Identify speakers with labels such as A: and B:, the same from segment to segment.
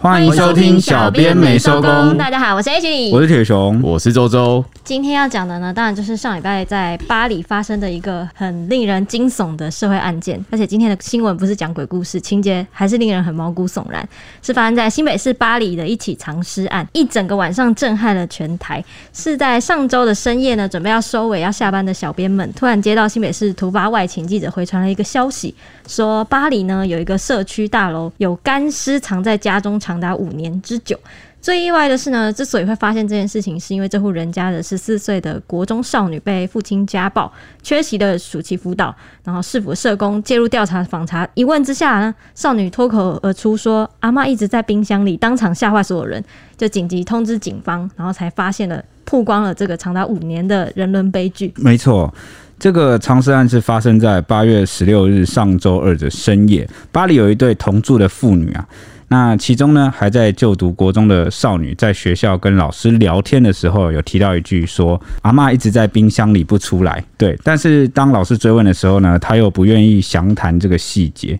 A: 欢迎收听小编没收工
B: 大家好，我是 H
A: 我
B: 李。
A: 是铁熊，
C: 我是周周，
B: 今天要讲的呢，当然就是上礼拜在巴黎发生的一个很令人惊悚的社会案件，而且今天的新闻不是讲鬼故事，情节还是令人很毛骨悚然，是发生在新北市巴黎的一起藏尸案，一整个晚上震撼了全台。是在上周的深夜呢，准备要收尾要下班的小编们，突然接到新北市突发外勤记者回传了一个消息，说巴黎呢有一个社区大楼有干尸藏在家中长达五年之久。最意外的是呢，之所以会发现这件事情，是因为这户人家的十四岁的国中少女被父亲家暴，缺席了暑期辅导，然后市府社工介入调查访查，一问之下呢，少女脱口而出说：“阿妈一直在冰箱里。”当场吓坏所有人，就紧急通知警方，然后才发现了曝光了这个长达五年的人伦悲剧。
A: 没错。这个藏尸案是发生在八月十六日上周二的深夜，巴黎有一对同住的妇女啊，那其中呢还在就读国中的少女，在学校跟老师聊天的时候，有提到一句说阿嬷一直在冰箱里不出来，对，但是当老师追问的时候呢，她又不愿意详谈这个细节。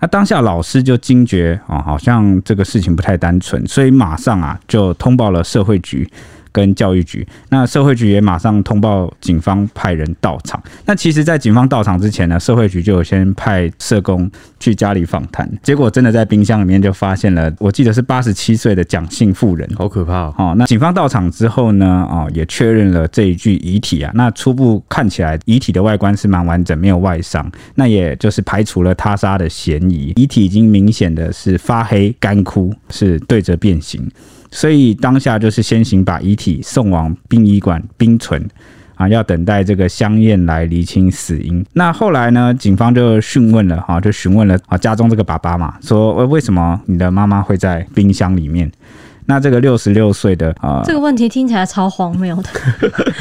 A: 那当下老师就惊觉哦，好像这个事情不太单纯，所以马上啊就通报了社会局跟教育局。那社会局也马上通报警方派人到场。那其实，在警方到场之前呢，社会局就有先派社工去家里访谈，结果真的在冰箱里面就发现了，我记得是八十七岁的蒋姓妇人。
C: 好可怕、哦！
A: 哦，那警方到场之后呢，哦，也确认了这一具遗体啊。那初步看起来，遗体的外观是蛮完整，没有外伤，那也就是排除了他杀的嫌疑。遗体已经明显的是发黑、干枯，是对折变形，所以当下就是先行把遗体送往殡仪馆冰存。啊，要等待这个香艳来厘清死因。那后来呢，警方就讯问了，哈、就询问了啊家中这个爸爸嘛，说呃为什么你的妈妈会在冰箱里面？那这个六十六岁的啊，
B: 这个问题听起来超荒谬的，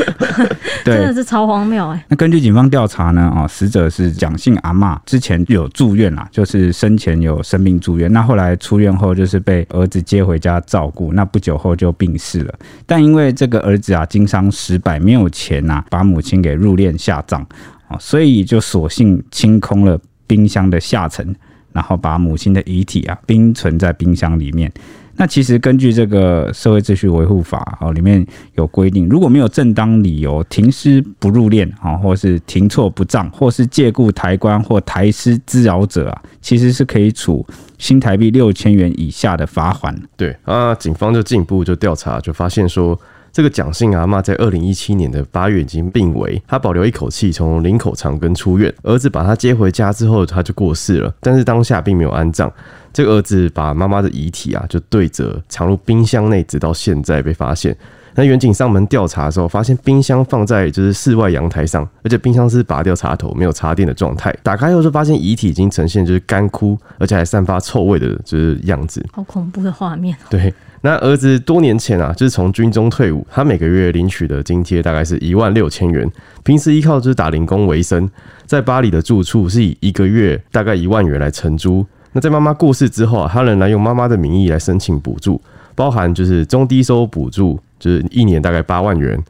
A: 对
B: 真的，是超荒谬哎、
A: 那根据警方调查呢，哦，死者是蒋姓阿嬷，之前有住院啦，就是生前有生病住院，那后来出院后就是被儿子接回家照顾，那不久后就病逝了。但因为这个儿子啊经商失败，没有钱呐、把母亲给入殓下葬，哦，所以就索性清空了冰箱的下层，然后把母亲的遗体啊冰存在冰箱里面。那其实根据这个社会秩序维护法哦，里面有规定，如果没有正当理由停尸不入殓啊、哦，或是停错不葬，或是借故抬棺或抬尸滋扰者啊，其实是可以处新台币六千元以下的罚款。
C: 对啊，警方就进一步就调查，就发现说，这个蒋姓阿嬷在二零一七年的八月已经病危，她保留一口气从林口长庚出院，儿子把她接回家之后，她就过世了，但是当下并没有安葬。这个儿子把妈妈的遗体啊，就对折藏入冰箱内，直到现在被发现。那远警上门调查的时候，发现冰箱放在就是室外阳台上，而且冰箱是拔掉插头、没有插电的状态。打开后就发现遗体已经呈现就是干枯，而且还散发臭味的，就是样子。
B: 好恐怖的画面。
C: 对，那儿子多年前啊，就是从军中退伍，他每个月领取的津贴大概是一万六千元，平时依靠就是打零工为生，在巴黎的住处是以一个月大概一万元来承租。那在妈妈过世之后啊，他仍然用妈妈的名义来申请补助，包含就是中低收补助，就是一年大概八万元。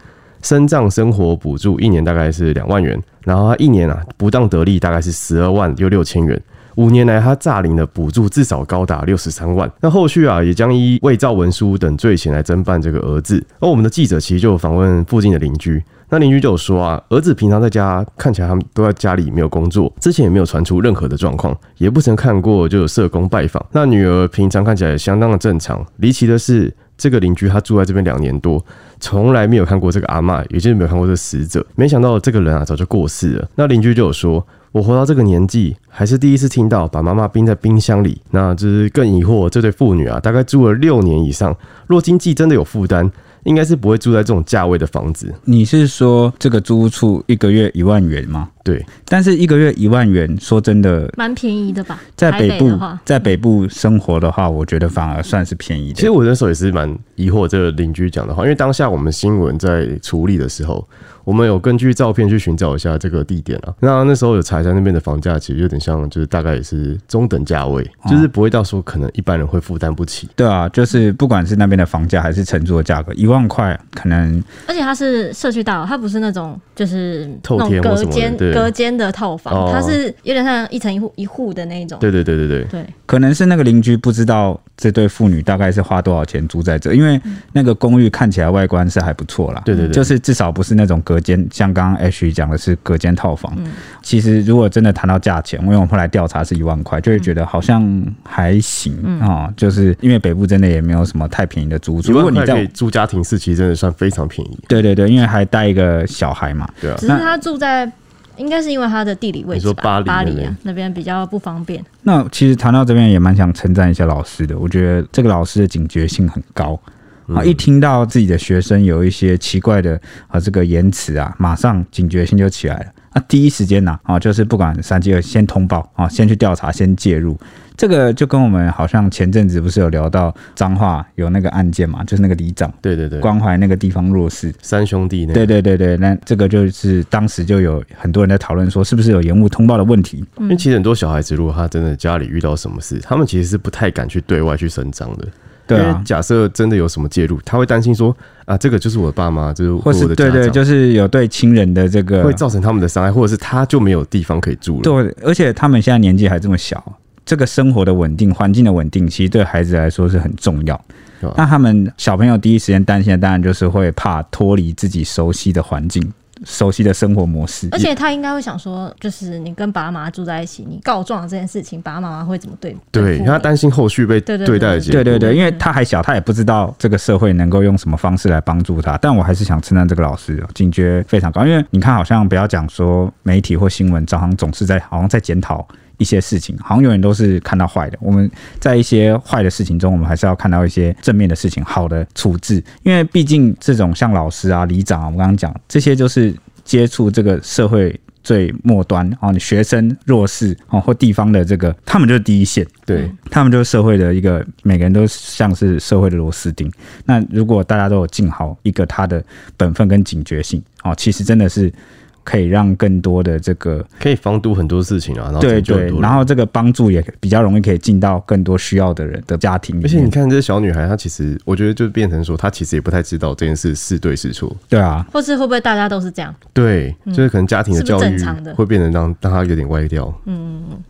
C: 身障生活补助一年大概是两万元，然后他一年啊不当得利大概是十二万又六千元，五年来，他诈领的补助至少高达六十三万。那后续啊，也将依伪造文书等罪嫌来侦办这个儿子。而我们的记者其实就有访问附近的邻居，那邻居就有说啊，儿子平常在家看起来他们都在家里没有工作，之前也没有传出任何的状况，也不曾看过就有社工拜访。那女儿平常看起来相当的正常。离奇的是，这个邻居他住在这边两年多，从来没有看过这个阿嬷，也就是没有看过这个死者。没想到这个人啊，早就过世了。那邻居就有说，我活到这个年纪，还是第一次听到把妈妈冰在冰箱里。那就是更疑惑，这对父女啊，大概住了六年以上，若经济真的有负担，应该是不会住在这种价位的房子。
A: 你是说这个租屋处一个月一万元吗？
C: 对，
A: 但是一个月一万元，说真的，
B: 蛮便宜的吧？
A: 在
B: 台北
A: 北部
B: 的话，
A: 在北部生活的话，我觉得反而算是便宜
C: 其实
A: 的。
C: 我那时候也是蛮疑惑这个邻居讲的话，因为当下我们新闻在处理的时候，我们有根据照片去寻找一下这个地点啊。那那时候有查一下那边的房价，其实有点像，就是大概也是中等价位，
A: 哦
C: 就是不会到说可能一般人会负担不起。
A: 对啊，就是不管是那边的房价还是承租的价格，一万块，可能
B: 而且它是社区大楼，它不是那种就是
C: 透
B: 那种
C: 天或
B: 隔
C: 什么的
B: 间
C: 对
B: 隔间的套房，
C: 哦
B: 它是有点像一层一户一户的那一种。
C: 对对对对对，
B: 对，
A: 可能是那个邻居不知道这对妇女大概是花多少钱住在这，因为那个公寓看起来外观是还不错啦。
C: 对对对
A: 就是至少不是那种隔间，像刚刚 H 讲的是隔间套房。
C: 嗯
A: 其实如果真的谈到价钱，因为我们后来调查是一万块，就会觉得好像还行啊、哦就是因为北部真的也没有什么太便宜的租屋处。
C: 一
A: 如果
C: 万
A: 你
C: 块可以
A: 在
C: 住家庭式，其实真的算非常便宜。
A: 对对对，因为还带一个小孩嘛，
C: 对啊
B: 只，是它住在。应该是因为它的地理位
C: 你
B: 置
C: 说
B: 吧，
C: 巴
B: 巴
C: 黎那边
B: 黎啊那边比较不方便。
A: 那其实谈到这边也蛮想称赞一下老师的，我觉得这个老师的警觉性很高。啊！一听到自己的学生有一些奇怪的啊这个言辞啊，马上警觉性就起来了。啊，第一时间呐啊，就是不管三七二，先通报啊，先去调查，先介入。这个就跟我们好像前阵子不是有聊到彰化有那个案件嘛，就是那个里长
C: 对对对，
A: 关怀那个地方弱势，
C: 三兄弟那个
A: 对对对对，那这个就是当时就有很多人在讨论说，是不是有延误通报的问题？
C: 因为其实很多小孩子，如果他真的家里遇到什么事，他们其实是不太敢去对外去声张的。
A: 对
C: 因
A: 啊
C: 为，假设真的有什么介入，他会担心说啊，这个就是我的爸妈，就是
A: 或
C: 我
A: 是
C: 的
A: 对
C: 家
A: 对，
C: 长，
A: 就是有对亲人的这个
C: 会造成他们的伤害，或者是他就没有地方可以住了。
A: 对，而且他们现在年纪还这么小，这个生活的稳定、环境的稳定，其实对孩子来说是很重要
C: 对啊。
A: 那他们小朋友第一时间担心的，当然就是会怕脱离自己熟悉的环境、熟悉的生活模式。
B: 而且他应该会想说，就是你跟爸妈住在一起，你告状这件事情，爸妈妈会怎么对付
C: 对，因为他
B: 你
C: 担心后续被
B: 对对对
C: 对待的结
A: 对
C: 果。
A: 对对，因为他还小，他也不知道这个社会能够用什么方式来帮助他。但我还是想称赞这个老师，警觉非常高。因为你看，好像不要讲说媒体或新闻，早上总是在好像在检讨一些事情，好像永远都是看到坏的。我们在一些坏的事情中，我们还是要看到一些正面的事情，好的处置。因为毕竟这种像老师啊、里长啊，我们刚刚讲这些，就是接触这个社会。最末端啊，哦你学生弱势啊，哦或地方的这个，他们就是第一线，
C: 对
B: 嗯
A: 他们就是社会的一个，每个人都像是社会的螺丝钉。那如果大家都有尽好一个他的本分跟警觉性，哦，其实真的是可以让更多的这个
C: 可以防堵很多事情啊，然后
A: 对
C: 拯救很
A: 对
C: 多，人
A: 然后这个帮助也比较容易可以进到更多需要的人的家庭里
C: 而且你
A: 面。
C: 看这小女孩，她其实我觉得就变成说，她其实也不太知道这件事是对是错。
A: 对啊，
B: 或是会不会大家都是这样，
C: 对，就是可能家庭
B: 嗯
C: 的
B: 是不
C: 教
B: 是正
C: 育
B: 常的嗯
C: 会变成让让她有点歪掉。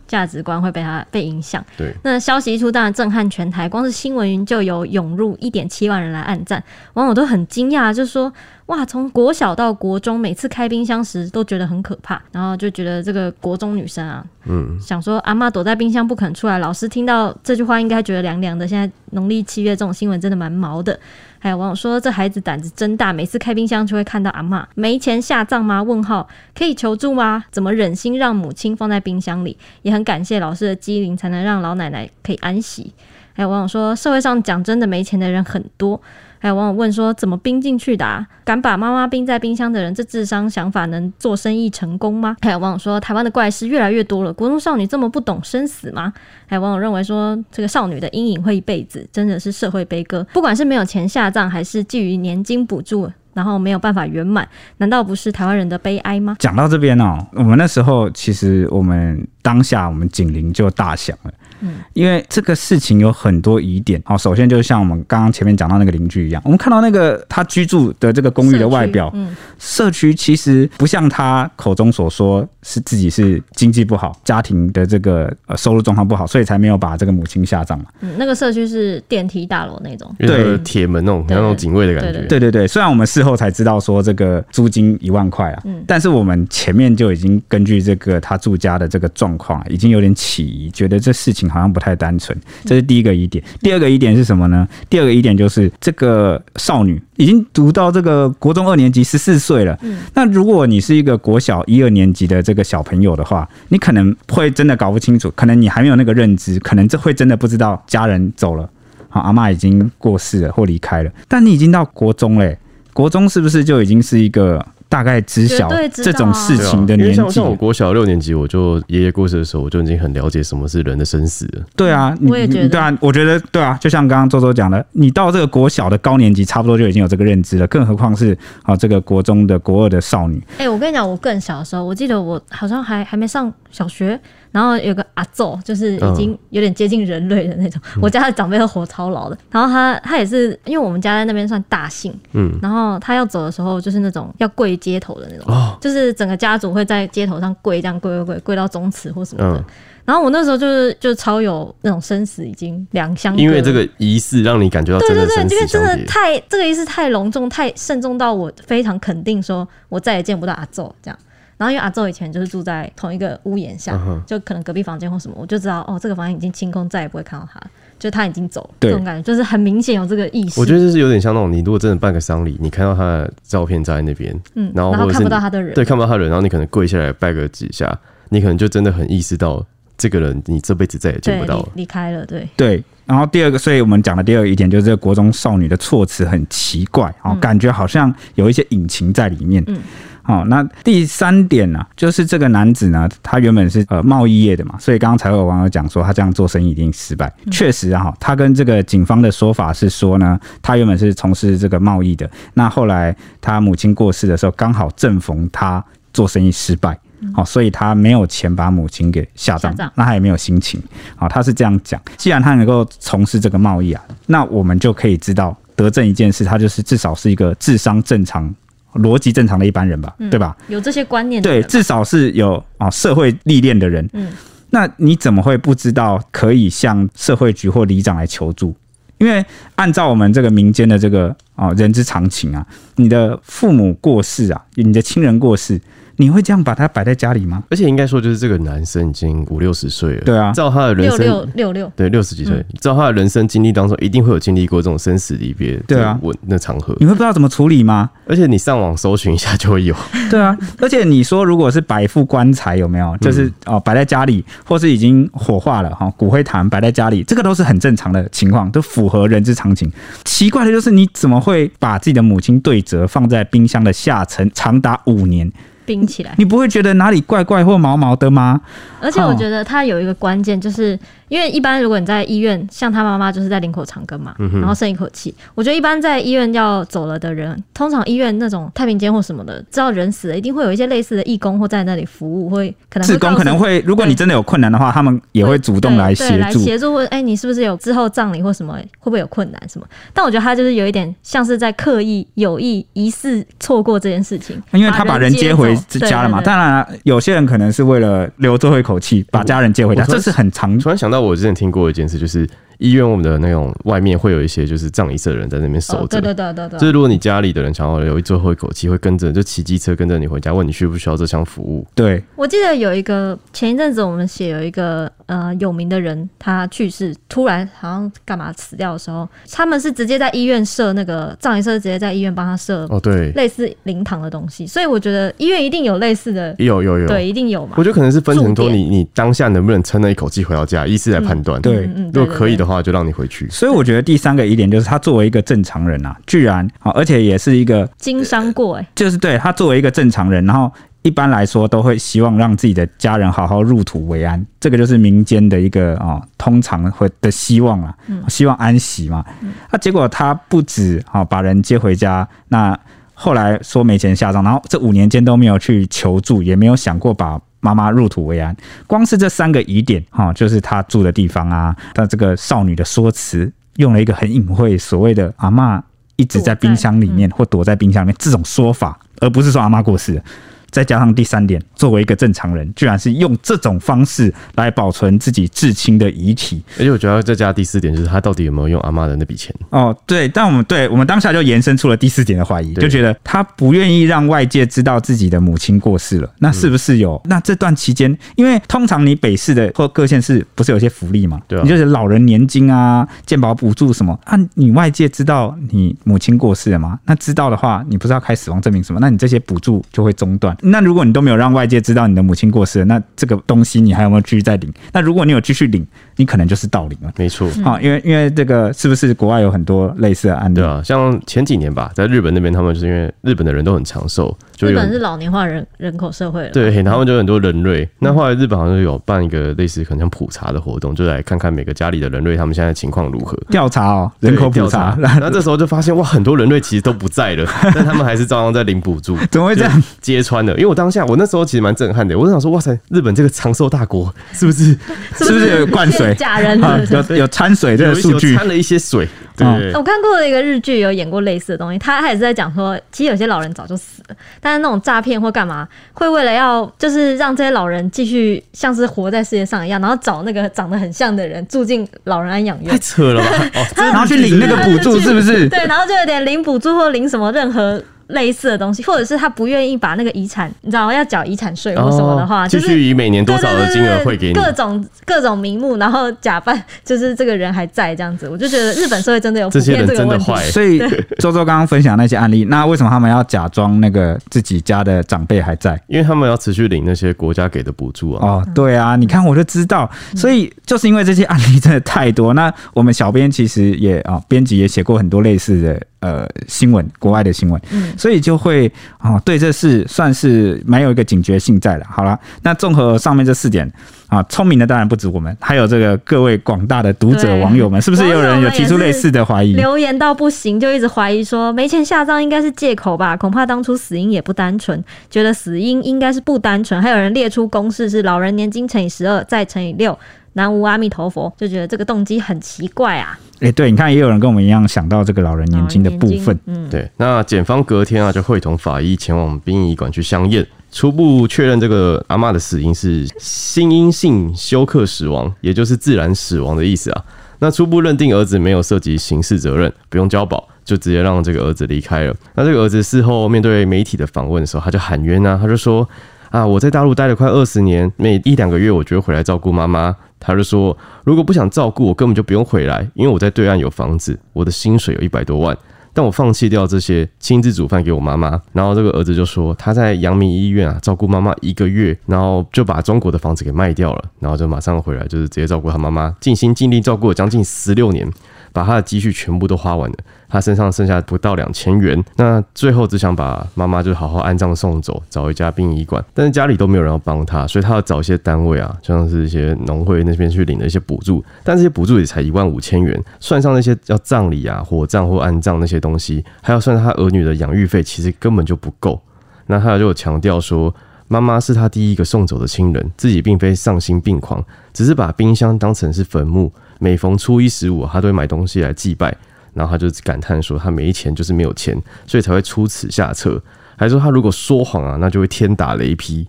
B: 价值观会被他被影响？
C: 对，
B: 那消息一出，当然震撼全台，光是新闻云就有涌入一点七万人来按赞，网友都很惊讶，就说哇，从国小到国中，每次开冰箱时都觉得很可怕，然后就觉得这个国中女生啊，嗯，想说阿妈躲在冰箱不肯出来，老师听到这句话应该觉得凉凉的。现在农历七月这种新闻真的蛮毛的。还有网友说这孩子胆子真大，每次开冰箱就会看到阿妈，没钱下葬吗？问号，可以求助吗？怎么忍心让母亲放在冰箱里？也很感谢老师的机灵，才能让老奶奶可以安息。还有网友说，社会上讲真的没钱的人很多。还有网友问说，怎么冰进去的、啊？敢把妈妈冰在冰箱的人，这智商想法能做生意成功吗？还有网友说，台湾的怪事越来越多了，国中少女这么不懂生死吗？还有网友认为说，这个少女的阴影会一辈子，真的是社会悲歌。不管是没有钱下葬，还是基于年金补助，然后没有办法圆满，难道不是台湾人的悲哀吗？
A: 讲到这边哦，我们那时候其实我们当下我们警铃就大响了。
B: 嗯
A: 因为这个事情有很多疑点，好，首先就像我们刚刚前面讲到那个邻居一样，我们看到那个他居住的这个公寓的外表
B: 社，区嗯，
A: 社区其实不像他口中所说，是自己是经济不好，家庭的这个呃收入状况不好，所以才没有把这个母亲下葬嘛。
B: 嗯，那个社区是电梯大楼那种，
C: 因为
A: 对
C: 她有铁门那种，像那种警卫的感觉。
A: 对对对，虽然我们事后才知道说这个租金一万块啊，但是我们前面就已经根据这个他住家的这个状况、啊，已经有点起疑，觉得这事情好像不太单纯，这是第一个疑点。第二个疑点是什么呢？第二个疑点就是这个少女已经读到这个国中二年级，十四岁了。那如果你是一个国小一二年级的这个小朋友的话，你可能会真的搞不清楚，可能你还没有那个认知，可能这会真的不知道家人走了。好，阿嬷已经过世了或离开了，但你已经到国中嘞，国中是不是就已经是一个大概知晓
B: 绝对知道
A: 这
B: 啊
A: 种事
C: 对啊
A: 情的
C: 因为
A: 年
C: 像
A: 纪
C: 像？我国小六年级，我就爷爷过世的时候，我就已经很了解什么是人的生死了。
A: 对啊，你
B: 我也觉得
A: 对啊，我觉得对啊，就像刚刚周周讲的，你到这个国小的高年级，差不多就已经有这个认知了，更何况是啊这个国中的国二的少女。
B: 哎、我跟你讲，我更小的时候，我记得我好像还还没上小学，然然后有个阿奏，就是已经有点接近人类的那种。我家的长辈都活超老的，然后他他也是因为我们家在那边算大姓，嗯，然后他要走的时候就是那种要跪街头的那种，
C: 哦
B: 就是整个家族会在街头上跪，这样跪跪跪跪到宗祠或什么的。
C: 嗯
B: 然后我那时候就是就超有那种生死已经两相隔，
C: 因为这个仪式让你感觉到真
B: 对
C: 的
B: 对对，
C: 生
B: 因
C: 死
B: 为真
C: 相
B: 的
C: 别，
B: 太这个意思太隆重、太慎重到我非常肯定说，我再也见不到阿宙这样。然后因为阿宙以前就是住在同一个屋檐下，
C: 嗯哼
B: 就可能隔壁房间或什么，我就知道哦，这个房间已经清空，再也不会看到他，就他已经走了，
A: 对
B: 这种感觉就是很明显有这个意识。
C: 我觉得就是有点像那种，你如果真的办个丧礼，你看到他的照片在那边，
B: 嗯，然
C: 然后或者是
B: 看不到
C: 你
B: 他的人，
C: 对，看不到他人，然后你可能跪下来拜个几下，你可能就真的很意识到这个人，你这辈子再也见
B: 对，
C: 不到
B: 离
C: 了。
B: 离开了，对，
A: 对，然后第二个，所以我们讲的第二个疑点就是这个国中少女的措辞很奇怪，哦，感觉好像有一些隐情在里面。
B: 嗯。
A: 哦，那第三点呢、就是这个男子呢，他原本是呃贸易业的嘛，所以刚刚才有网友讲说他这样做生意一定失败。
B: 嗯
A: 确实啊，哈他跟这个警方的说法是说呢，他原本是从事这个贸易的，那后来他母亲过世的时候，刚好正逢他做生意失败。好、所以他没有钱把母亲给下葬
B: 嗯下葬，
A: 那他也没有心情。好、他是这样讲。既然他能够从事这个贸易啊，那我们就可以知道得证一件事，他就是至少是一个智商正常、逻辑正常的一般人吧，
B: 嗯
A: 对吧？
B: 有这些观嗯念的
A: 对，
B: 人，
A: 至少是有啊、哦、社会历练的人。
B: 嗯，
A: 那你怎么会不知道可以向社会局或里长来求助？因为按照我们这个民间的这个啊、哦、人之常情啊，你的父母过世啊，你的亲人过世，你会这样把它摆在家里吗？
C: 而且应该说，就是这个男生已经五六十岁了，
A: 对啊
C: 照他的人
B: 六
C: 生
B: 六六六，
C: 对，六十几岁，
B: 嗯
C: 照他的人生经历当中，一定会有经历过这种生死离别，
A: 对啊
C: 我那场合
A: 你，会不知道怎么处理吗？
C: 而且你上网搜寻一下就会有，
B: 嗯
A: 对啊，而且你说如果是摆副棺材有没有？就是哦摆在家里，或是已经火化了哈、骨灰坛摆在家里，这个都是很正常的情况，都符合人之常情。奇怪的就是你怎么会把自己的母亲对折放在冰箱的下层长达五年？
B: 冰起来。
A: 你不会觉得哪里怪怪或毛毛的吗？
B: 而且我
A: 哦
B: 觉得他有一个关键，就是因为一般如果你在医院，像他妈妈就是在领口长庚嘛，
A: 嗯
B: 然后剩一口气。我觉得一般在医院要走了的人，通常医院那种太平间或什么的，知道人死了，一定会有一些类似的义工或在那里服务，会可能
A: 志工可能
B: 告诉
A: 会，如果你
B: 对
A: 真的有困难的话，他们也会主动来
B: 对
A: 协
B: 对来
A: 助。
B: 协助，或者哎、你是不是有之后葬礼或什么会不会有困难什么？但我觉得他就是有一点像是在刻意有意疑似错过这件事情，
A: 因为他把人接回
B: 走对
A: 家了嘛，
B: 对对
A: 当然啊有些人可能是为了留最后一口气，把家人接回家，
C: 我突
A: 这
C: 然
A: 是很常
C: 突然想到，我之前听过一件事，就是医院我们的那种外面会有一些就是葬仪社的人在那边守
B: 哦对
C: 着。
B: 对对对对，
C: 就是如果你家里的人想要留最后一口气，会跟着就骑机车跟着你回家，问你需不需要这项服务。
A: 对。
B: 我记得有一个前一阵子我们写有一个呃有名的人，他去世突然好像干嘛死掉的时候，他们是直接在医院设那个葬仪社，直接在医院帮他设
C: 哦，对，
B: 类似灵堂的东西，所以我觉得医院一定有类似的，
C: 有有有，
B: 对，一定有嘛
C: 我。觉得可能是分成
B: 重
C: 说
B: 点
C: 你你当下能不能撑那一口气回到家，医师来判断。
A: 对
B: 嗯嗯对
C: 如果可以的话，就让你回去。
A: 所以我觉得第三个疑点就是，他作为一个正常人啊，居然啊，而且也是一个，
B: 经商过哎、
A: 就是对他作为一个正常人，然后一般来说都会希望让自己的家人好好入土为安，这个就是民间的一个啊、哦通常会的希望啊，希望安息嘛。那、结果他不止啊、把人接回家，那后来说没钱下葬，然后这五年间都没有去求助，也没有想过把。妈妈入土为安，光是这三个疑点哈、就是他住的地方啊，他这个少女的说辞用了一个很隐晦，所谓的阿嬷一直在冰箱里面或躲在冰箱里面这种说法，而不是说阿嬷过世了。再加上第三点，作为一个正常人，居然是用这种方式来保存自己至亲的遗体。
C: 而且我觉得再加第四点就是，他到底有没有用阿妈的那笔钱？
A: 哦，对，但我们对我们当下就延伸出了第四点的怀疑，
C: 对
A: 就觉得他不愿意让外界知道自己的母亲过世了，
C: 嗯
A: 那是不是有？那这段期间，因为通常你北市的或各县市不是有些福利嘛？
C: 对啊
A: 你就是老人年金啊、健保补助什么啊，你外界知道你母亲过世了吗？那知道的话，你不是要开死亡证明什么？那你这些补助就会中断。那如果你都没有让外界知道你的母亲过世了，那这个东西你还有没有继续再领？那如果你有继续领，你可能就是盗领了。
C: 没错，
B: 嗯
A: 好、啊因为因为这个是不是国外有很多类似的案例？
C: 对啊，像前几年吧，在日本那边，他们就是因为日本的人都很长寿，就
B: 日
C: 有
B: 本是老年化人人口社会了，
C: 对，然后他们就有很多人瑞。那后来日本好像有办一个类似可能像普查的活动，就来看看每个家里的人瑞他们现在情况如何。
A: 调查哦，人口
C: 对
A: 普查，
C: 调然后这时候就发现哇，很多人类其实都不在了，但他们还是照样在领补助，
A: 怎么会这样？
C: 揭穿了。因为我当下我那时候其实蛮震撼的，我就想说，哇塞，日本这个长寿大国是不是
A: 是不是有灌水
B: 假人
A: 啊
B: 是不是？
A: 有有掺水这
C: 有
A: 个
C: 一些
A: 数据
C: 有掺了一些水？对
A: 嗯
C: 对
B: 我看过的一个日剧，有演过类似的东西，他他也是在讲说，其实有些老人早就死了，但是那种诈骗或干嘛，会为了要就是让这些老人继续像是活在世界上一样，然后找那个长得很像的人住进老人安养
C: 太
B: 院，
C: 扯了吧！哦，
A: 然后去领那个补助，是不是？
B: 对，然后就有点领补助或领什么任何。类似的东西，或者是他不愿意把那个遗产，你知道要缴遗产税或什么的话，
C: 哦
B: 就
C: 继
B: 是
C: 续以每年多少的金额
B: 会
C: 汇给你？
B: 各种各种名目，然后假扮就是这个人还在这样子，我就觉得日本社会真的有普
C: 这些
B: 遍
C: 人
B: 这个
C: 真的
B: 问题。
C: 坏，
A: 所以周周刚刚分享那些案例，那为什么他们要假装那个自己家的长辈还在？
C: 因为他们要持续领那些国家给的补助啊。
A: 哦，对啊，
B: 嗯
A: 你看我就知道，所以就是因为这些案例真的太多，那我们小编其实也啊，编辑也写过很多类似的呃新闻，国外的新闻，
B: 嗯
A: 所以就会啊对这事算是蛮有一个警觉性在了。好了，那综合上面这四点啊，聪明的当然不止我们，还有这个各位广大的读者
B: 对
A: 网友们，是不是也有人有提出
B: 网友们
A: 类
B: 也是
A: 似的怀疑？
B: 留言到不行，就一直怀疑说没钱下葬应该是借口吧？恐怕当初死因也不单纯，觉得死因应该是不单纯。还有人列出公式是老人年金乘以十二，再乘以六，南无阿弥陀佛，就觉得这个动机很奇怪啊。
A: 诶，对，你看也有人跟我们一样想到这个老人年金的部分，
B: 老人年金，嗯，
C: 对，那检方隔天啊就会同法医前往殡仪馆去相验，初步确认这个阿嬷的死因是心因性休克死亡，也就是自然死亡的意思啊。那初步认定儿子没有涉及刑事责任，不用交保，就直接让这个儿子离开了。那这个儿子事后面对媒体的访问的时候，他就喊冤啊，他就说啊，我在大陆待了快二十年，每一两个月我就会回来照顾妈妈。他就说，如果不想照顾，我根本就不用回来，因为我在对岸有房子，我的薪水有一百多万。但我放弃掉这些，亲自煮饭给我妈妈。然后这个儿子就说，他在阳明医院啊照顾妈妈一个月，然后就把中国的房子给卖掉了，然后就马上回来，就是直接照顾他妈妈，尽心尽力照顾了将近十六年，把他的积蓄全部都花完了，他身上剩下不到两千元。那最后只想把妈妈就好好安葬送走，找一家殡仪馆，但是家里都没有人要帮他，所以他要找一些单位啊，像是一些农会那边去领的一些补助，但这些补助也才一万五千元，算上那些要葬礼啊、火葬或安葬那些东西，还要算他儿女的养育费，其实根本就不够。那他就有强调说，妈妈是他第一个送走的亲人，自己并非丧心病狂，只是把冰箱当成是坟墓。每逢初一十五，他都会买东西来祭拜。然后他就感叹说，他没钱就是没有钱，所以才会出此下策。还说他如果说谎啊，那就会天打雷劈，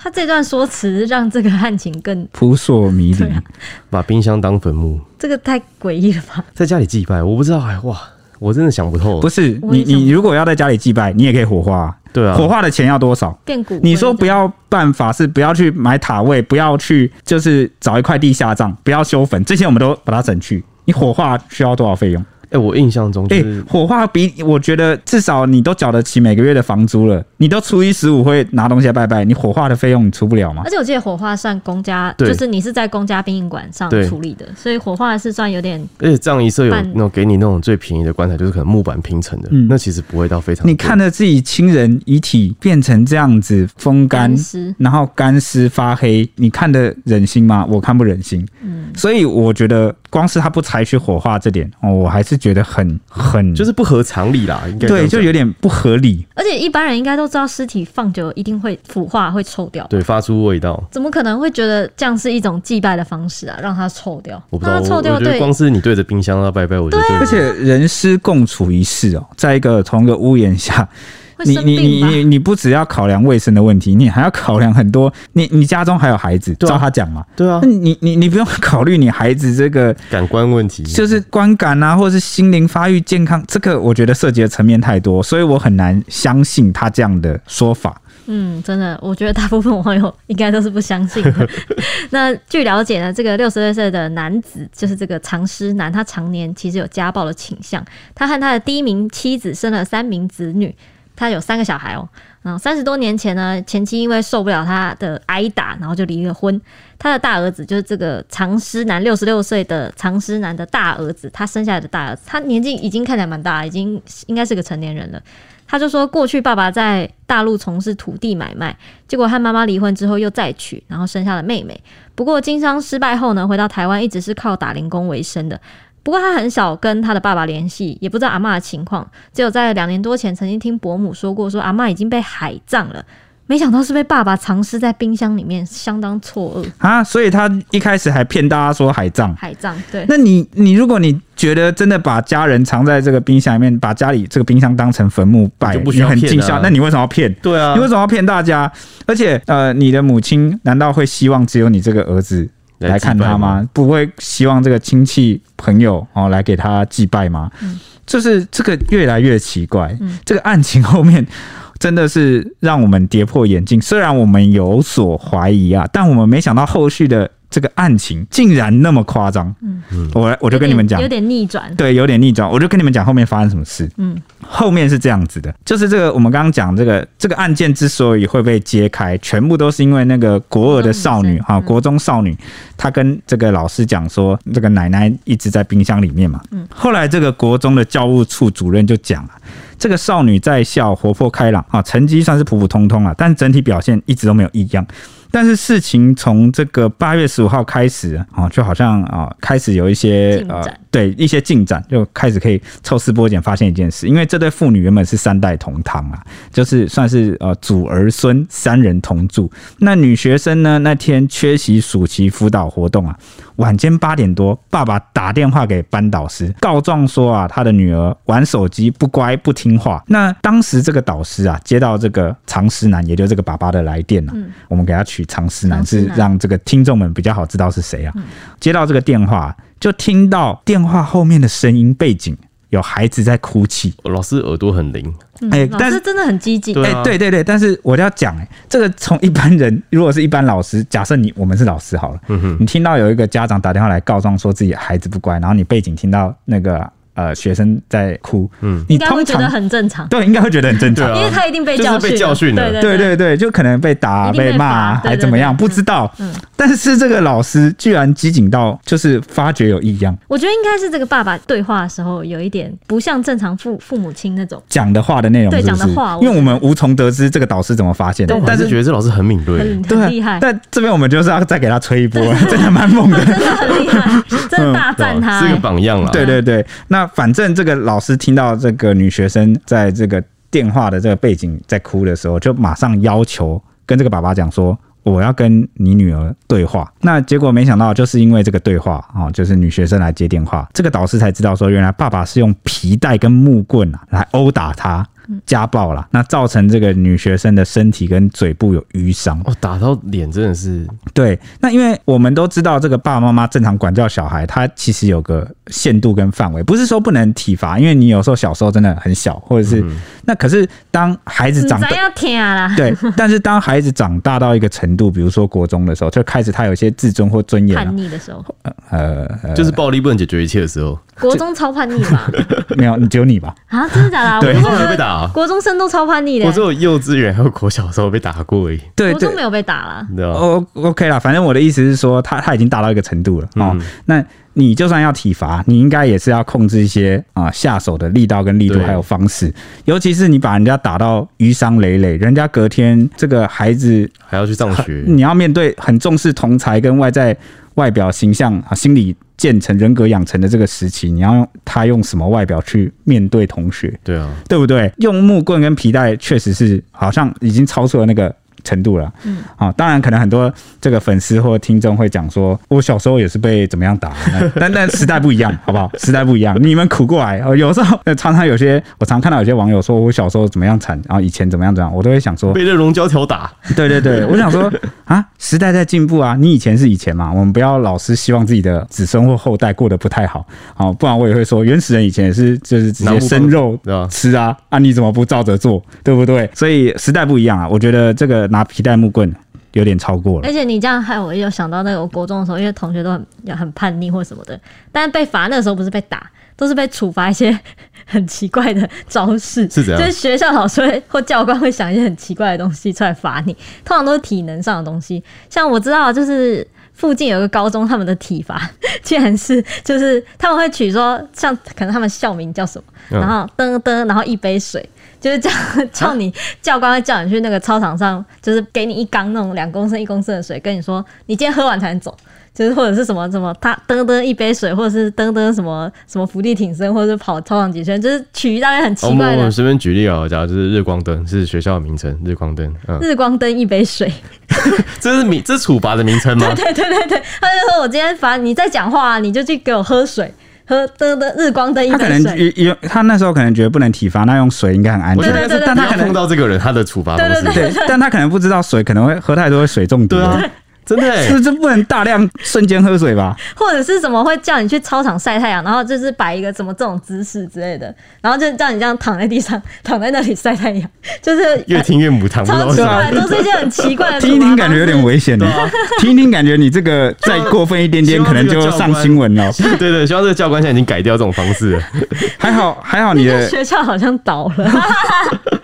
B: 他这段说辞让这个案情更
A: 扑朔迷离
B: 对。啊
C: 把冰箱当坟墓，
B: 这个太诡异了吧？
C: 在家里祭拜。我不知道，哎哇，我真的想不透。
A: 不是
B: 我
A: 你，
B: 也想
A: 你如果要在家里祭拜，你也可以火化啊、
C: 对啊，
A: 火化的钱要多少？
B: 变骨？
A: 你说不要办法是不要去买塔位，不要去就是找一块地下葬，不要修坟，这些我们都把它省去。你火化需要多少费用？
C: 哎、我印象中就
A: 诶、
C: 是、
A: 火化比我觉得至少你都缴得起每个月的房租了，你都初一十五会拿东西来拜拜，你火化的费用你出不了吗
B: 而？且我记得火化算公家，
C: 对
B: 就是你是在公家殡仪馆上
C: 对
B: 处理的，所以火化是算有点
C: 而
A: 哎
C: 且葬仪社有
B: 办
C: 那种给你那种最便宜的棺材，就是可能木板拼成的，
A: 嗯
C: 那其实不会到非常贵。
A: 你看着自己亲人遗体变成这样子风干
B: 干，湿。
A: 然后干尸发黑，你看得忍心吗？我看不忍心。
B: 嗯，
A: 所以我觉得，光是他不采取火化这点，哦，我还是觉得很很
C: 就是不合常理啦，应该这
A: 对，
C: 样讲
A: 就有点不合理。
B: 而且一般人应该都知道，尸体放久一定会腐化、会臭掉。
C: 对发出味道。
B: 怎么可能会觉得这样是一种祭拜的方式啊？让它臭掉，
C: 我不知道，
A: 啊
B: 让它臭
C: 我
B: 掉
C: 我觉得
B: 对
C: 光是你对着冰箱要拜拜，我觉得就
A: 而且人尸共处一室哦，在一个同一个屋檐下，
B: 会
A: 你
B: 生
A: 你
B: 病
A: 你
B: 吧？
A: 你你不只要考量卫生的问题，你还要考量很多。你你家中还有孩子，
C: 对啊
A: 照他讲嘛，
C: 对啊
A: 那，你你你不用考虑你孩子这个
C: 感官问题
A: 就是观感啊，或者是心灵发育健康，这个我觉得涉及的层面太多，所以我很难相信他这样的说法。
B: 嗯，真的，我觉得大部分网友应该都是不相信的。那据了解呢，这个六十二岁的男子，就是这个藏尸男，他常年其实有家暴的倾向。他和他的第一名妻子生了三名子女，他有三个小孩哦。然后三十多年前呢，前妻因为受不了他的挨打，然后就离了婚。他的大儿子就是这个藏尸男，六十六岁的藏尸男的大儿子，他生下来的大儿子，他年纪已经看起来蛮大，已经应该是个成年人了。他就说，过去爸爸在大陆从事土地买卖，结果和妈妈离婚之后又再娶，然后生下了妹妹。不过经商失败后呢，回到台湾一直是靠打零工为生的。不过他很少跟他的爸爸联系，也不知道阿嬷的情况。只有在两年多前曾经听伯母说过，说阿嬷已经被海葬了。没想到是被爸爸藏尸在冰箱里面，相当错愕。
A: 啊，所以他一开始还骗大家说海葬。
B: 海葬对，
A: 那你你如果你觉得真的把家人藏在这个冰箱里面，把家里这个冰箱当成坟墓拜，
C: 就不需
A: 你
C: 要
A: 很
C: 骗
A: 尽
C: 啊
A: 孝，那你为什么要骗？
C: 对啊
A: 你为什么要骗大家？而且呃，你的母亲难道会希望只有你这个儿子来看他吗？不会希望这个亲戚朋友哦来给他祭拜吗？
B: 嗯
A: 就是这个越来越奇怪，这个案情后面。真的是让我们跌破眼镜，虽然我们有所怀疑啊，但我们没想到后续的这个案情竟然那么夸张。嗯，我 来我就跟你们讲
B: 有，点有点逆转。
A: 对，有点逆转。我就跟你们讲后面发生什么事。
B: 嗯，
A: 后面是这样子的，就是这个我们刚刚讲这个这个案件之所以会被揭开，全部都是因为那个国二的少女
B: 国中女生
A: 哈、
B: 嗯
A: 国中少女，她跟这个老师讲说，这个奶奶一直在冰箱里面嘛。嗯，后来这个国中的教务处主任就讲了。这个少女在校活泼开朗啊，成绩算是普普通通了，但整体表现一直都没有异样。但是事情从这个八月十五号开始啊，就好像啊开始有一些
B: 进展
A: 呃，对一些进展，就开始可以抽丝剥茧发现一件事，因为这对父女原本是三代同堂啊，就是算是呃祖儿孙三人同住。那女学生呢那天缺席暑期辅导活动啊，晚间八点多，爸爸打电话给班导师告状说啊，他的女儿玩手机不乖不听话。那当时这个导师啊，接到这个常识男，也就是这个爸爸的来电啊，我们给他取常识男，
B: 常识
A: 是
B: 男
A: 让这个听众们比较好知道是谁啊。接到这个电话，就听到电话后面的声音背景有孩子在哭泣。
C: 老师耳朵很灵，
B: 嗯
A: 哎
B: 老
A: 但
B: 师真的很激进，
C: 对
A: 哎、
C: 啊
A: 对对对，但是我就要讲，哎，这个从一般人， 如果是一般老师，假设你我们是老师好了，
C: 嗯
A: 你听到有一个家长打电话来告状说自己孩子不乖，然后你背景听到那个呃学生在哭，嗯，你
B: 应该会
A: 通
B: 觉得
A: 常
B: 很正常，
A: 对应该会觉得很正常，
C: 对啊
B: 因为他一定被
C: 就是
B: 教训了，
C: 被教训了
B: 对
A: 对对对，就可能被打、
B: 一定被
A: 骂啊
B: 罚对
A: 还
B: 对
A: 怎么样，
B: 对
A: 不知道。
B: 嗯
A: 但是这个老师居然机警到，就是发觉有异样，
B: 我觉得应该是这个爸爸对话的时候有一点不像正常父父母亲那种
A: 讲的话的内容
B: 对
A: 是不
B: 讲
A: 是
B: 的话？我
A: 因为我们无从得知这个导师怎么发现的
C: 但我，还
A: 但
C: 是
A: 是
C: 觉得这老师很敏锐，
B: 很
A: 对啊
B: 很厉害，
A: 但这边我们就是要再给他吹一波， 真的蛮猛的。
B: 真的很厉 害，真的大
C: 对
B: 赞
C: 吧
B: 他、
C: 是
B: 欸
C: 个榜样啦。
A: 嗯对啊对对，那反正这个老师听到这个女学生在这个电话的这个背景在哭的时候，就马上要求跟这个爸爸讲说。我要跟你女儿对话，那结果没想到，就是因为这个对话啊、哦，就是女学生来接电话，这个导师才知道说，原来爸爸是用皮带跟木棍啊来殴打她，家暴啦，那造成这个女学生的身体跟嘴部有淤伤。
C: 哦，打到脸真的是
A: 对，那因为我们都知道，这个爸爸妈妈正常管教小孩，他其实有个限度跟范围，不是说不能体罚，因为你有时候小时候真的很小，或者是、
B: 嗯
A: 那可是当孩子
B: 你
A: 长大
B: 咱。要听 啊啦，
A: 对，但是当孩子长大到一个程度，比如说国中的时候，就开始他有一些自尊或尊严了、
B: 叛逆的时候，
A: 呃，呃
C: 就是暴力不能解决一切的时候，
B: 国中超叛逆 吧？
A: 没有，只有你吧？
B: 啊，真的假的啊？
A: 对
B: 我
C: 我
B: 觉
C: 真的被
B: 得啊
C: 打啊。
B: 国中生都超叛逆的
C: 我只，有幼稚园还有国小的时候被打过而已，
A: 对
B: 国
A: 对
B: 中，没有被打啦。
C: 你知道吗？
A: 哦，OK 啦，反正我的意思是说，他他已经达到一个程度了哦。
C: 嗯
A: 那你就算要体罚，你应该也是要控制一些啊、下手的力道跟力度，
C: 对
A: 还有方式。尤其是你把人家打到余伤累累，人家隔天这个孩子，
C: 还要去上学，
A: 你要面对很重视同才跟外在外表形象啊、心理建成、人格养成的这个时期，你要用他用什么外表去面对同学？
C: 对啊，
A: 对不对？用木棍跟皮带确实是好像已经超出了那个程度了。嗯，啊、当然可能很多这个粉丝或听众会讲说，我小时候也是被怎么样打， 那但但时代不一样，好不好？时代不一样，你们苦过来。呃、有时候、呃、常常有些我常看到有些网友说我小时候怎么样惨，然后以前怎么样怎么样，我都会想说，
C: 被热熔胶条打，
A: 对对对，我想说啊，时代在进步啊，你以前是以前嘛，我们不要老是希望自己的子孙或后代过得不太好，好、不然我也会说原始人以前也是就是直接生肉
C: 对吧？
A: 吃啊，啊你怎么不照着做，对不对？所以时代不一样啊，我觉得这个拿皮带木棍有点超过了。
B: 而且你这样害我有想到那个我国中的时候，因为同学都很很叛逆或什么的，但被罚那时候不是被打，都是被处罚一些 很奇怪的招式，
C: 是怎样
B: 就是学校老师会或教官会想一些很奇怪的东西出来罚你，通常都是体能上的东西。像我知道，就是附近有个高中，他们的体罚 竟然是就是他们会取说像可能他们校名叫什么，
C: 嗯
B: 然后噔噔，然后一杯水。就是 叫叫你教官会叫你去那个操场上，就是给你一缸那种两公升一公升的水，跟你说你今天喝完才能走，就是或者是什么什么他噔噔一杯水，或者是噔噔什么什么伏地挺身，或者是跑操场几圈，就是取一大堆很
C: 哦
B: 奇
C: 我们
B: 怪
C: 我
B: 的
C: 们随便举例哦，假如就是日光灯是学校的名称，日光灯，嗯，
B: 日光灯一杯水。
C: 这是名这是处罚的名称吗？
B: 对对对对，他就说我今天罚你再讲话、啊你就去给我喝水，喝灯灯日光灯一
A: 他可
B: 杯
A: 能
B: 水。
A: 有有他那时候可能觉得不能体罚，那用水应该很安
C: 我觉
A: 全
C: 得。应该
B: 对对
C: 是
B: 对
A: 但他
C: 要
A: 可
C: 碰
A: 能
C: 到这个人，他的处罚方式，
A: 对，但他可能不知道水可能会喝太多会水中毒。
C: 对啊，，真的欸
A: 是这不能大量瞬间喝水吧？
B: 或者是什么会叫你去操场晒太阳，然后就是摆一个什么这种姿势之类的，然后就叫你这样躺在地上，躺在那里晒太阳， 就是
C: 越听越母汤，不知道
B: 超
C: 为
B: 奇
C: 什么
B: 怪，都是一些很奇怪 的。
A: 听一听感觉有点危险呢。听一听感觉你这个再过分一点点，可能就上新闻了。
C: 对 对对，希望这个教官现在已经改掉这种方式了。
A: 还好还好你 的
B: 学校好像倒了，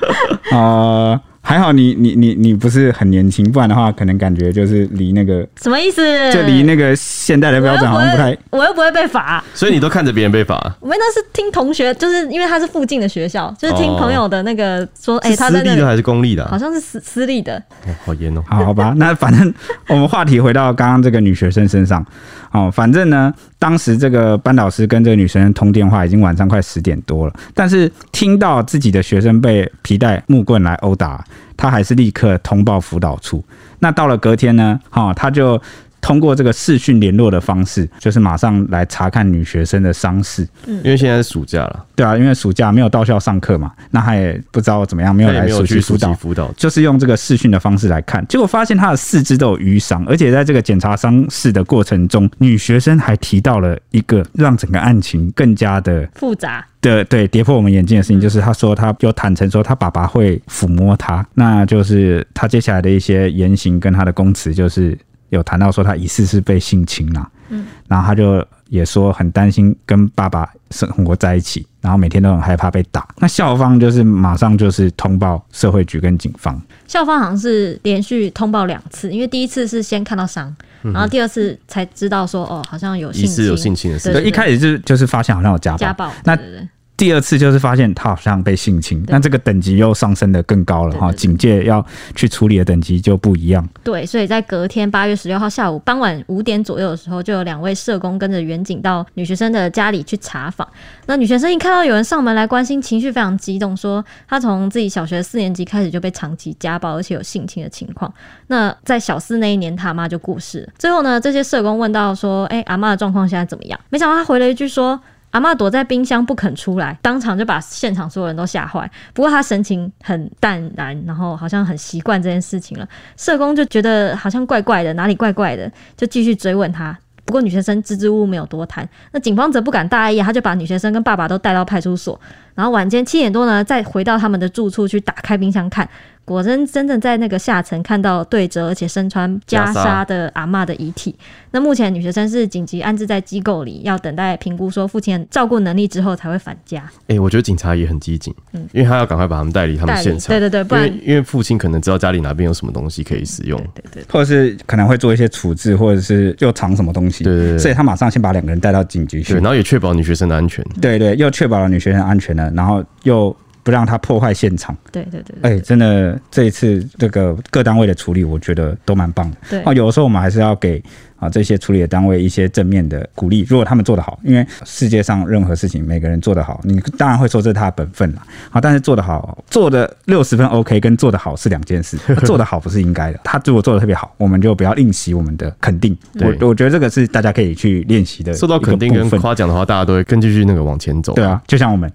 A: 呃，还好你你你你不是很年轻，不然的话可能感觉就是离那个
B: 什么意思？
A: 就离那个现代的标准好像不太。
B: 我又不会被罚。
C: 所以你都看着别人被罚，
B: 我们那是听同学，就是因为他是附近的学校，就是听
A: 哦
B: 朋友的那个说，哎、
C: 是
B: 他
C: 私
B: 在那
C: 立
B: 里
C: 的还是公立的
B: 好
C: 啊？
B: 像是私私立的，
C: 哦好严哦。
A: 好好吧，那反正我们话题回到刚刚这个女学生身上哦，反正呢，当时这个班导师跟这个女学生通电话，已经晚上快十点多了，但是听到自己的学生被皮带、木棍来殴打，他还是立刻通报辅导处。那到了隔天呢，哈、哦，他就通过这个视讯联络的方式，就是马上来查看女学生的伤势。
B: 嗯
C: 因为现在是暑假了，
A: 对啊，因为暑假没有到校上课嘛，那他也不知道怎么样，没有
C: 他也
A: 来
C: 没有
A: 暑
C: 去
A: 期
C: 暑
A: 辅
C: 期
A: 导。
C: 辅导。
A: 就是用这个视讯的方式来看，结果发现他的四肢都有淤伤，而且在这个检查伤势的过程中，女学生还提到了一个让整个案情更加的
B: 复杂。
A: 的对跌破我们眼镜的事情，就是她说她有坦诚说她爸爸会抚摸她，那就是她接下来的一些言行跟她的供词，就是有谈到说她疑似是被性侵啦、嗯，然后她就也说很担心跟爸爸生活在一起，然后每天都很害怕被打。那校方就是马上就是通报社会局跟警方。
B: 校方好像是连续通报两次，因为第一次是先看到伤，然后第二次才知道说哦，好像有
C: 嗯疑
B: 性
C: 似
B: 侵，
C: 有性侵的事
B: 对
A: 对，
B: 对
A: 一开始就是就是发现好像有家暴，
B: 家暴。
A: 那
B: 对对对
A: 第二次就是发现他好像被性侵，那这个等级又上升的更高了哈，
B: 对对对
A: 警戒要去处理的等级就不一样。
B: 对，所以在隔天八月十六号下午傍晚五点左右的时候，就有两位社工跟着远警到女学生的家里去查访。那女学生一看到有人上门来关心，情绪非常激动，说她从自己小学四年级开始就被长期家暴，而且有性侵的情况。那在小四那一年，她妈就过世了。最后呢，这些社工问到说：“哎、阿妈的状况现在怎么样？”没想到她回了一句说。阿嬷躲在冰箱不肯出来，当场就把现场所有人都吓坏。不过她神情很淡然，然后好像很习惯这件事情了。社工就觉得好像怪怪的，哪里怪怪的，就继续追问他。不过女学生支支吾吾没有多谈，那警方则不敢大意，他就把女学生跟爸爸都带到派出所，然后晚间七点多呢，再回到他们的住处去打开冰箱看，果真真正在那个下层看到对折而且身穿
C: 袈
B: 袈
C: 裟
B: 裟的阿嬷的遗体。那目前女学生是紧急安置在机构里，要等待评估说父亲的照顾能力之后才会返家。
C: 哎、我觉得警察也很机警，因为他要赶快把他们带离他们
B: 代理
C: 现
B: 嗯
C: 场。
B: 对对对不然
C: 因为因为父亲可能知道家里哪边有什么东西可以使用。
B: 对对
A: 或者是可能会做一些处置，或者是又藏什么东西，
C: 对对对
A: 所以他马上先把两个人带到警局
C: 对，
A: 去
C: 然，后也确保女学生的安全。
A: 对对，又确保了女学生安全了，然后又不让她破坏现场。
B: 对对对
A: 哎、
B: 对
A: 真的这一次这个各单位的处理，我觉得都蛮棒的。
B: 对
C: 哎
A: 哦，有的时候我们还是要给啊这些处理的单位一些正面的鼓励，如果他们做得好，因为世界上任何事情每个人做得好，你当然会说这是他的本分啦。好，但是做得好，做的六十分 OK，跟做得好是两件 事。做得好不是应该的，他如果做得特别好，我们就不要吝惜我们的肯定。
C: 对
A: 我我觉得这个是大家可以去练习的一个
C: 受
A: 部分，
C: 到肯定跟夸奖的话，大家都会更继续那个往前走。
A: 对啊，就像我们，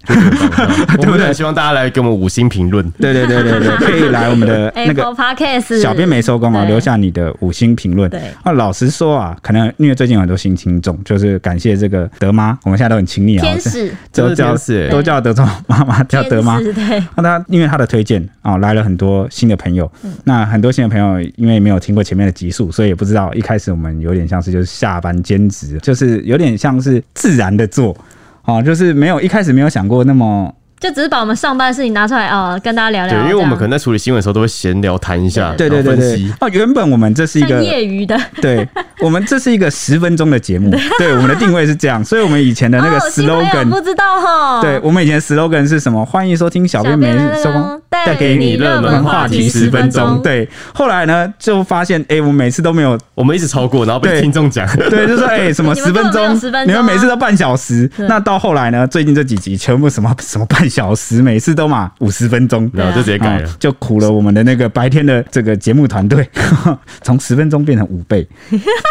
C: 我们也希望大家来给我们五星评论。
A: 对对对对 对，可以来我们 的那个
B: Apple Podcast
A: 小编没收工啊，
B: 对
A: 留下你的五星评论。
B: 对
A: 啊，老实说啊，可能因为最近有很多新听众，就是感谢这个德妈，我们现在都很亲密啊，
B: 天使
A: 都
C: 真
A: 叫
C: 的是天使
A: 都叫德总妈妈，叫德妈。
B: 天使对。
A: 那他因为他的推荐啊、来了很多新的朋友。
B: 嗯
A: 那很多新的朋友因为没有听过前面的集数，所以也不知道一开始我们有点像是就是下班兼职，就是有点像是自然的做，哦，就是没有一开始没有想过那么。
B: 就只是把我们上班的事情拿出来哦，跟大家聊聊。
C: 对，因为我们可
B: 能
C: 能在处理新闻的时候都会闲聊谈一下，
A: 对对
C: 然后
A: 对
C: 分
A: 对
C: 析。，
A: 哦，原本我们这是一
B: 像
A: 个
B: 业余的
A: 对我们这是一个十分钟的节目，对我们的定位是这样，所以我们以前的那个
B: 哦新朋友
A: slogan，、
B: 不知道哈。
A: 对我们以前 slogan 是什么？欢迎收听小编
B: 小
A: 没
B: 编
A: 事收工。带给你
C: 热门话题10分钟
A: 对，后来呢就发现，哎、我们每次都没有，
C: 我们一直超过，然后被
A: 对
C: 听众讲，
A: 对， 就说 哎、什么
B: 你
A: 十
B: 们
A: 分
B: 根本没有
A: 钟，
B: 10分钟啊
A: 你们每次都半小时。
B: 对
A: 那到后来呢，最近这几集全部什么什么半小时，每次都嘛五十分钟，
C: 然后就直接改了
A: 哦。就苦了我们的那个白天的这个节目团队， 从十分钟变成五 倍，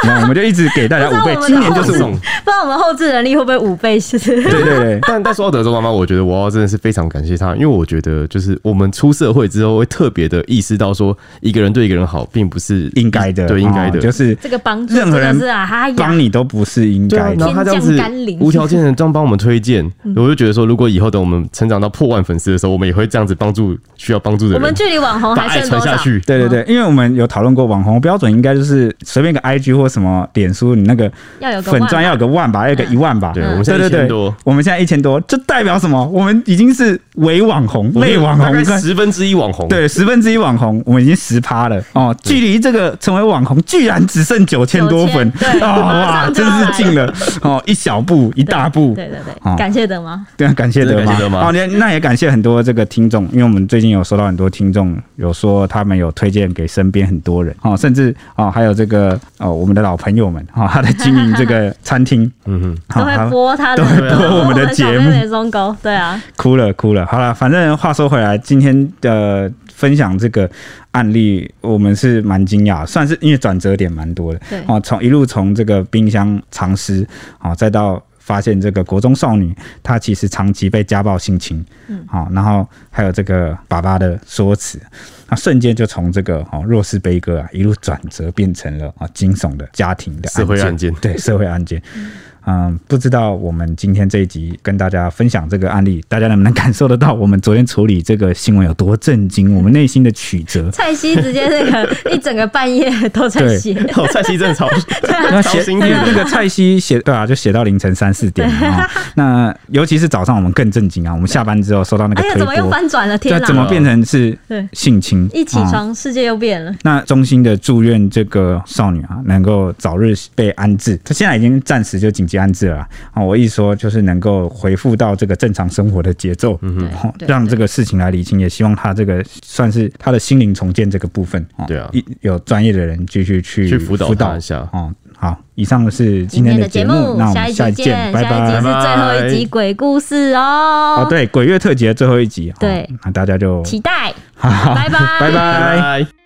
A: 然后我们就一直给大家五倍
B: 不，知
A: 今
B: 道我
A: 年
B: 们的
A: 就是五
C: 送。
B: 不然我们后置能力会不会五倍？是不是？
A: 对对对，
C: 但但说到德州妈妈，我觉得我要真的是非常感谢她，因为我觉得就是我们出社会之后会特别的意识到说，一个人对一个人好，并不是
A: 应该的，
C: 对应该的，
A: 哦就是
B: 这个帮助
A: 任何人
B: 真的是啊，哈呀
A: 帮，你都不是应
C: 对啊
A: 该，
C: 然
A: 的。
C: 后他这样
B: 天
C: 子
B: 降甘霖
C: 无条件的这样帮我们推荐，
A: 嗯
C: 我就觉得说，如果以后等我们成长到破万粉丝的时候，我们也会这样子帮助需要帮助的
B: 我们
C: 人，
B: 距离网红
C: 把
B: 还
C: 爱
B: 剩多
C: 传下
B: 少？
C: 去。
A: 对对
B: 啊
A: 对，因为我们有讨论过网红标准，应该就是随便一个 IG 或什么脸书，你那个
B: 嗯要有个
A: 粉砖
B: 万嗯
A: 要有个万吧，要有个一万吧。
C: 对，
A: 对
C: 我们现在
A: 对
C: 一
A: 对
C: 千，多，
A: 我们现在一千多，这代表什么？我们已经是伪网红、类网
C: 大概
A: 红，
C: 十分之一网红。
A: 对，十分之一网红，我们已经十趴了哦，距离这个成为网红，居然只剩九千多粉，
B: 9000对
A: 哦哇，
B: 马上就
A: 真
B: 要
A: 是
B: 来
A: 近了哦，一小步，一大步，
B: 对对
A: 哦
B: 对，感谢的吗？
A: 对，感谢德
C: 真的
A: 妈
C: 感谢德妈
A: 哦，那那也感谢很多这个听众，因为我们最近有收到很多听众有说他们有推荐给身边很多人哦，甚至哦还有这个哦我们的老朋友们哦，他在经营这个餐 厅，哦
C: 嗯哼，
B: 都会
A: 他
B: 播他的，啊
A: 都会播我们的节目
B: 《中狗》，对啊，
A: 哭了哭了。好了，反正话说回来，今天的分享这个案例，我们是蛮惊讶，算是因为转折点蛮多的
B: 对
A: 哦。从一路从这个冰箱藏尸哦，再到发现这个国中少女她其实长期被家暴性侵，
B: 嗯？
A: 好、然后还有这个爸爸的说辞，那瞬间就从这个哦弱势悲歌啊一路转折变成了啊惊悚的家庭的
C: 社会案件
A: 对社会案件。嗯，不知道我们今天这一集跟大家分享这个案例，大家能不能感受得到我们昨天处理这个新闻有多震惊，我们内心的曲折
B: 蔡西直接那 个一整个半夜都在写，
C: 哦，蔡西真的超
A: 那
C: 超
A: 写
C: 辛苦
A: 那
C: 的
A: 个那个蔡西写对啊，就写到凌晨三四点 啊、哦那尤其是早上我们更震惊啊，我们下班之后收到那个
B: 哎呀，
A: 推
B: 怎么又
A: 播，
B: 翻转了？
A: 这
B: 天
A: 怎
B: 哪！
A: 么变成是
B: 对，
A: 性侵？
B: 一起
A: 哦
B: 床世界又变了，
A: 那衷心的祝愿这个少女啊，能够早日被安置。她现在已经暂时就紧急安置了啊、哦！我一说就是能够恢复到这个正常生活的节奏，
C: 嗯
B: 对
A: 哦
B: 对
A: 让这个事情来理清。也希望她这个算是她的心灵重建这个部分，哦
C: 对啊
A: 一有专业的人继续去
C: 去辅导他一下。
A: 哦。好，以上是今
B: 今
A: 天
B: 天
A: 的
B: 的
A: 节
B: 节
A: 目，
B: 目
A: 那我，
B: 下
A: 们
B: 一
A: 下
B: 集
A: 一见，
B: 见，
A: 拜
B: 下一集
A: 拜
B: 是。最后一集鬼故事哦
A: 哦，，对，鬼月特辑的最后一集，哦
B: 对，
A: 那大家就
B: 期待，
A: 好，
B: 拜拜，
A: 拜拜
C: 拜。